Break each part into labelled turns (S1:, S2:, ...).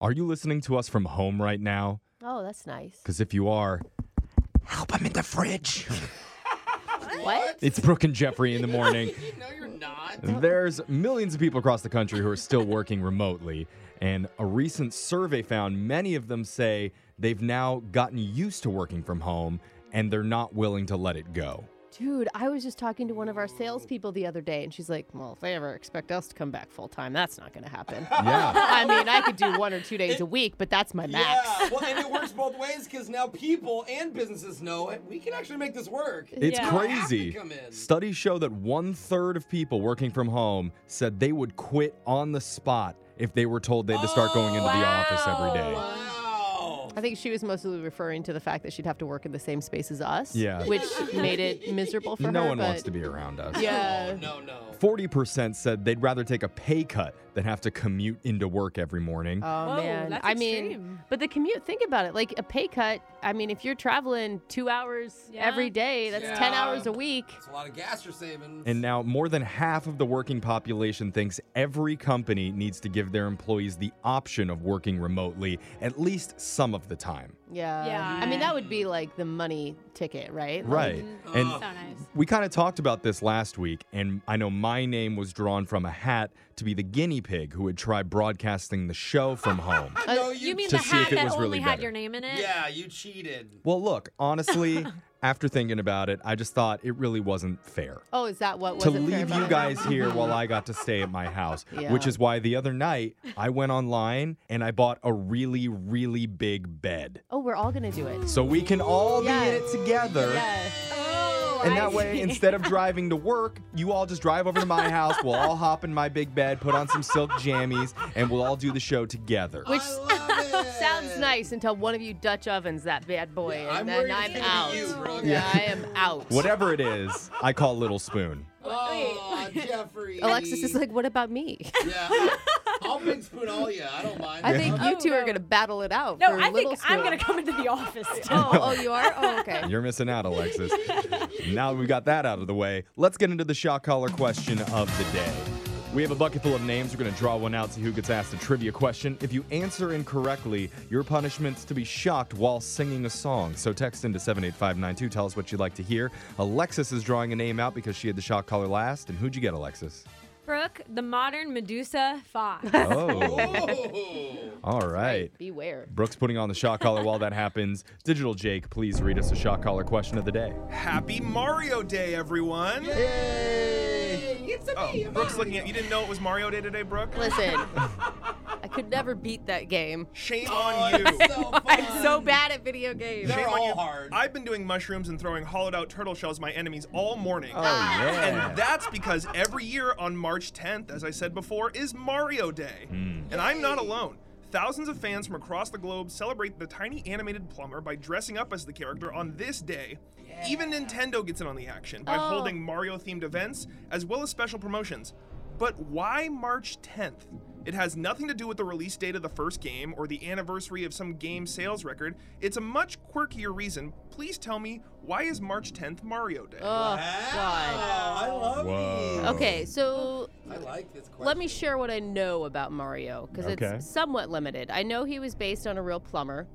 S1: Are you listening to us from home right now?
S2: Oh, that's nice.
S1: Because if you are, help, I'm in the fridge.
S2: What?
S1: it's Brooke and Jeffrey in the morning.
S3: No, you're not.
S1: There's millions of people across the country who are still working remotely, and a recent survey found many of them say they've now gotten used to working from home and they're not willing to let it go.
S2: Dude, I was just talking to one of our salespeople the other day, and she's like, Well, if they ever expect us to come back full time, that's not going to happen.
S1: Yeah.
S2: I mean, I could do one or two days a week, but that's my max.
S3: Yeah, well, and it works both ways because now people and businesses know it. We can actually make this work.
S1: It's
S2: Yeah.
S1: crazy.
S3: Have to come in.
S1: Studies show that one third of people working from home said they would quit on the spot if they were told they had to start going into the office every day.
S2: Wow.
S3: Wow.
S2: I think she was mostly referring to the fact that she'd have to work in the same space as us.
S1: Yeah.
S2: Which made it miserable for her.
S1: No one
S2: but-
S1: wants to be around us.
S2: Yeah.
S3: No, no.
S1: 40% said they'd rather take a pay cut than have to commute into work every morning.
S2: Oh
S4: Whoa,
S2: man.
S4: that's
S2: I mean,
S4: extreme.
S2: but the commute, think about it. Like a pay cut, I mean, if you're traveling 2 hours
S4: Yeah.
S2: every day, that's 10
S3: Yeah.
S2: hours a week.
S3: It's a lot of gas you're saving.
S1: and now more than half of the working population thinks every company needs to give their employees the option of working remotely at least some of the time.
S2: Yeah.
S4: Yeah.
S2: I mean, that would be like the money ticket, right? Mm-hmm. Like,
S1: Right. And
S4: Mm-hmm. So nice.
S1: we kind of talked about this last week, and I know my name was drawn from a hat to be the guinea pig who would try broadcasting the show from home.
S2: Oh,
S3: no,
S4: Uh, You mean
S1: To
S4: the
S1: see if
S4: hat
S1: it
S4: that
S1: was
S4: only
S1: really
S4: had
S1: better.
S4: your name in it?
S3: Yeah, you cheated.
S1: well, look, honestly, after thinking about it, I just thought it really wasn't fair.
S2: Oh, is that what
S1: to
S2: wasn't fair
S1: leave
S2: about
S1: you
S2: it?
S1: guys here while I got to stay at my house,
S2: Yeah.
S1: which is why the other night I went online and I bought a really, really big bed.
S2: Oh, we're all gonna do it.
S1: So we can all
S2: Yeah.
S1: be in it together.
S2: Yeah.
S4: Oh,
S1: And
S4: I
S1: that way,
S4: see.
S1: instead of driving to work, you all just drive over to my house. We'll all hop in my big bed, put on some silk jammies, and we'll all do the show together.
S2: Which
S3: I love it.
S2: sounds nice until one of you Dutch ovens that bad boy,
S3: Yeah,
S2: and
S3: I'm
S2: then
S3: worried it's
S2: I'm
S3: gonna be
S2: out.
S3: you, bro.
S2: yeah, I am out.
S1: Whatever it is, I call Little Spoon.
S3: Oh, Jeffrey.
S2: Alexis is like, what about me?
S3: Yeah. I'll big spoon all you. I don't mind.
S2: I think you
S4: Oh,
S2: two are
S4: no.
S2: gonna battle it out.
S4: No,
S2: for
S4: I
S2: little
S4: think I'm
S2: spoon.
S4: gonna come into the office. Too.
S2: Oh, oh, you are. Oh, okay.
S1: You're missing out, Alexis. now that we got that out of the way, let's get into the shock collar question of the day. We have a bucket full of names. We're going to draw one out, see who gets asked a trivia question. If you answer incorrectly, your punishment's to be shocked while singing a song. So text into 78592. Tell us what you'd like to hear. Alexis is drawing a name out because she had the shock collar last. And who'd you get, Alexis?
S4: Brooke, the modern Medusa Fox.
S1: Oh,
S3: Oh.
S1: all right.
S2: Beware.
S1: Brooke's putting on the shock collar while that happens. Digital Jake, please read us a shock collar question of the day.
S5: Happy Mario Day, everyone!
S3: Yay. It's a
S5: Oh,
S3: me, a
S5: Brooke's
S3: Mario.
S5: looking at you. Didn't know it was Mario Day today, Brooke?
S2: Listen, I could never beat that game.
S5: Shame
S3: Oh,
S5: on you.
S3: it's so
S2: I'm so
S3: fun.
S2: bad at video games.
S3: They're
S5: Shame on
S3: all
S5: you.
S3: hard.
S5: I've been doing mushrooms and throwing hollowed out turtle shells at my enemies all morning.
S1: Oh, yeah.
S5: And that's because every year on March 10th, as I said before, is Mario Day. And I'm not alone. Thousands of fans from across the globe celebrate the tiny animated plumber by dressing up as the character on this day. Even Nintendo gets in on the action by
S2: Oh.
S5: holding Mario themed events as well as special promotions. But why March 10th? It has nothing to do with the release date of the first game or the anniversary of some game sales record. It's a much quirkier reason. Please tell me, why is March 10th Mario Day?
S2: Oh God.
S3: Wow, I love
S1: Whoa.
S2: Okay, so
S3: these. I like this question.
S2: Let me share what I know about Mario because
S1: Okay.
S2: it's somewhat limited. I know he was based on a real plumber,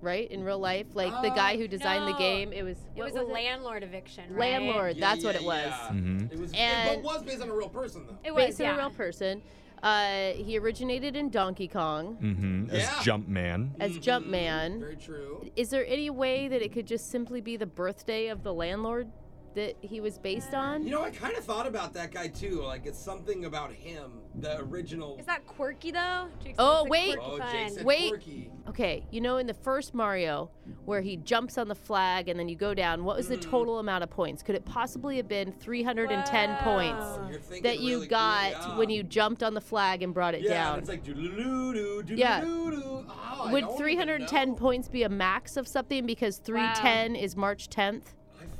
S2: right? In real life, like the guy who designed the
S4: Oh, no.
S2: game. It was
S4: It
S2: what
S4: was a
S2: it?
S4: landlord eviction. Right?
S2: landlord.
S3: Yeah,
S2: that's what
S3: yeah,
S2: it was.
S3: yeah.
S1: Mhm.
S3: It was,
S2: And-
S3: but was based on a real person though.
S4: It was
S2: Based on
S4: yeah.
S2: a real person. Uh, he originated in Donkey Kong
S1: Mm-hmm. As
S3: Yeah.
S1: Jumpman.
S2: as
S4: Mm-hmm.
S2: Jumpman.
S3: Very true.
S2: Is there any way that it could just simply be the birthday of the landlord that he was based on?
S3: You know, I kind of thought about that guy too. Like, it's something about him, the original.
S4: Is that quirky though? Jake said
S2: Oh,
S4: it's a
S2: wait.
S4: quirky
S3: oh,
S4: fun.
S3: Jake said
S2: Wait.
S3: Quirky.
S2: Okay, you know in the first Mario where he jumps on the flag and then you go down, what was
S4: Mm-hmm.
S2: the total amount of points? Could it possibly have been 310
S4: Wow.
S2: points
S3: You're thinking
S2: that you
S3: really
S2: got
S3: cool, yeah.
S2: when you jumped on the flag and brought it
S3: Yeah, and
S2: down?
S3: it's like doo-doo-doo-doo, doo-doo-doo-doo.
S2: Yeah.
S3: Oh, I
S2: Would
S3: don't even
S2: 310
S3: know.
S2: points be a max of something because 310 is March 10th?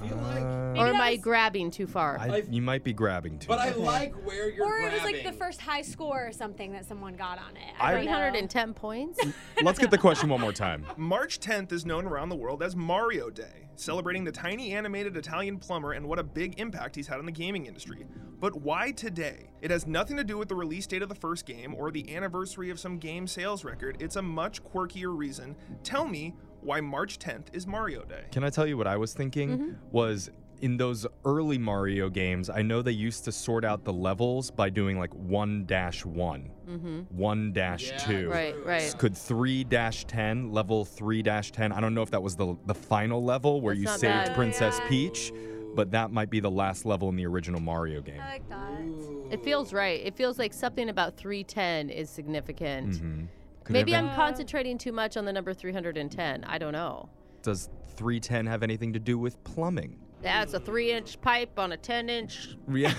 S3: I feel like.
S2: or
S4: Maybe
S2: am
S4: that
S2: I
S4: was-
S2: grabbing too far?
S1: I, you might be grabbing too.
S3: But I
S1: much.
S3: like where you're
S4: Or it
S3: grabbing.
S4: was like the first high score or something that someone got on it.
S1: I-
S4: I, don't know.
S2: 310 points?
S1: Mm. Let's get the question one more time.
S5: March 10th is known around the world as Mario Day. celebrating the tiny animated Italian plumber and what a big impact he's had on the gaming industry. But why today? It has nothing to do with the release date of the first game or the anniversary of some game sales record. It's a much quirkier reason. Tell me why March 10th is Mario Day.
S1: Can I tell you what I was thinking?
S2: Mm-hmm.
S1: Was in those early Mario games, I know they used to sort out the levels by doing like 1 dash 1,
S2: Mm-hmm.
S1: 1 dash 2.
S2: Right,
S3: true.
S2: right.
S1: Could 3 dash 10, level 3 dash 10, I don't know if that was the, the final level where
S2: That's
S1: you
S2: not
S1: saved
S2: bad.
S1: Princess
S4: Yeah.
S1: Peach, but that might be the last level in the original Mario game.
S2: Uh,
S4: I like that.
S2: It feels right. It feels like something about 310 is significant.
S1: Mhm. Could it
S2: Maybe
S1: have
S2: I'm concentrating too much on the number 310. I don't know.
S1: been- Does 310 have anything to do with plumbing?
S2: That's a three inch pipe on a 10 inch.
S1: Yeah.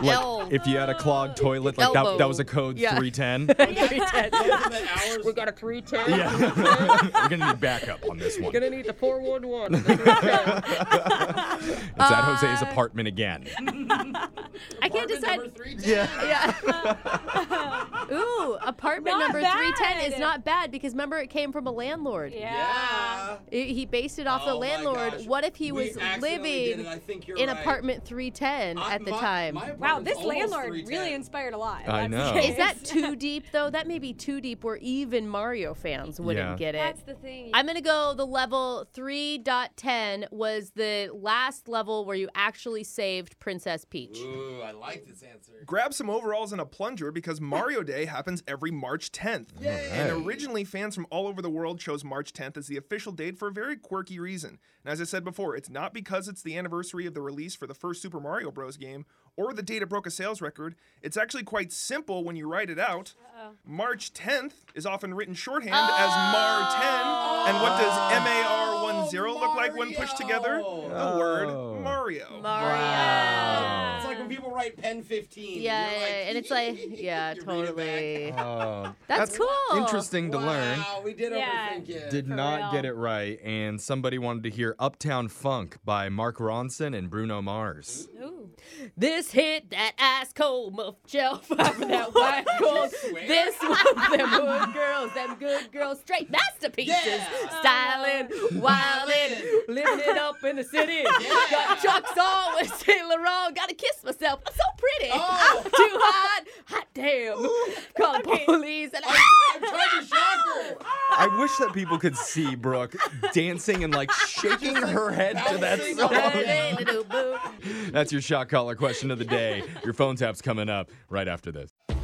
S1: like
S2: El-
S1: if you had a clogged toilet, like that, that was a
S2: Elbow.
S1: code
S2: Yeah.
S1: 310.
S3: Isn't that ours?
S6: got a 310.
S1: yeah. We're going to need backup on this one.
S6: Gonna need the 411.
S1: It's at Jose's apartment again.
S2: I can't
S3: Apartment
S2: decide.
S3: number three,
S1: Yeah.
S2: Yeah. Ooh, apartment
S4: Not
S2: number
S4: bad.
S2: 310 is not bad because remember it came from a landlord.
S4: Yeah.
S3: Yeah.
S2: I- He based it off the
S3: Oh my
S2: landlord.
S3: gosh.
S2: What if he
S3: We
S2: was
S3: accidentally did
S2: living
S3: it. I think you're
S2: in
S3: right.
S2: apartment 310
S3: I-
S2: at the
S3: my-
S2: time?
S3: my
S4: Wow,
S3: apartment's
S4: this
S3: almost
S4: landlord
S3: 310.
S4: really inspired a lot.
S1: I
S4: That's
S1: know.
S4: the
S2: Is that
S4: case.
S2: too deep though? That may be too deep where even Mario fans wouldn't
S1: Yeah.
S2: get it.
S4: That's the thing.
S2: I'm gonna go the level 3.10 was the last level where you actually saved Princess Peach.
S3: Ooh, I like this answer.
S5: Grab some overalls and a plunger because Mario Day happens every March 10th. And originally, fans from all over the world chose March 10th as the official date for a very quirky reason. And as I said before, it's not because it's the anniversary of the release for the first Super Mario Bros. game or the date it broke a sales record. It's actually quite simple when you write it out. March 10th is often written shorthand as Mar 10. And what does M A R 10 look like when pushed together? The
S1: Oh.
S5: word Mario.
S2: Mario.
S3: It's like when people write pen 15.
S2: Yeah,
S3: you're like,
S2: and it's like yeah,
S3: you read it back.
S2: totally.
S1: Oh,
S2: That's cool.
S1: Interesting to learn.
S3: Wow, we did
S4: Yeah.
S3: overthink it.
S1: Did not
S4: real.
S1: get it right, and somebody wanted to hear Uptown Funk by Mark Ronson and Bruno Mars.
S4: Ooh.
S2: This hit that ice cold muff gel fiber that white gold.
S3: swear?
S2: This one, them good girls, them good girls, straight masterpieces.
S3: Yeah.
S2: Styling, wildin', living it up in the city. Got trucks on with Saint Laurent. Gotta kiss myself. I'm so pretty.
S3: Oh.
S2: I'm too hot. Hot damn. Call the police and I.
S3: I'm trying to shock her.
S1: I wish that people could see Brooke dancing and like shaking her head to that
S3: Bouncing
S1: song.
S2: Boo.
S1: That's your shot caller question of the day. Your phone tap's coming up right after this.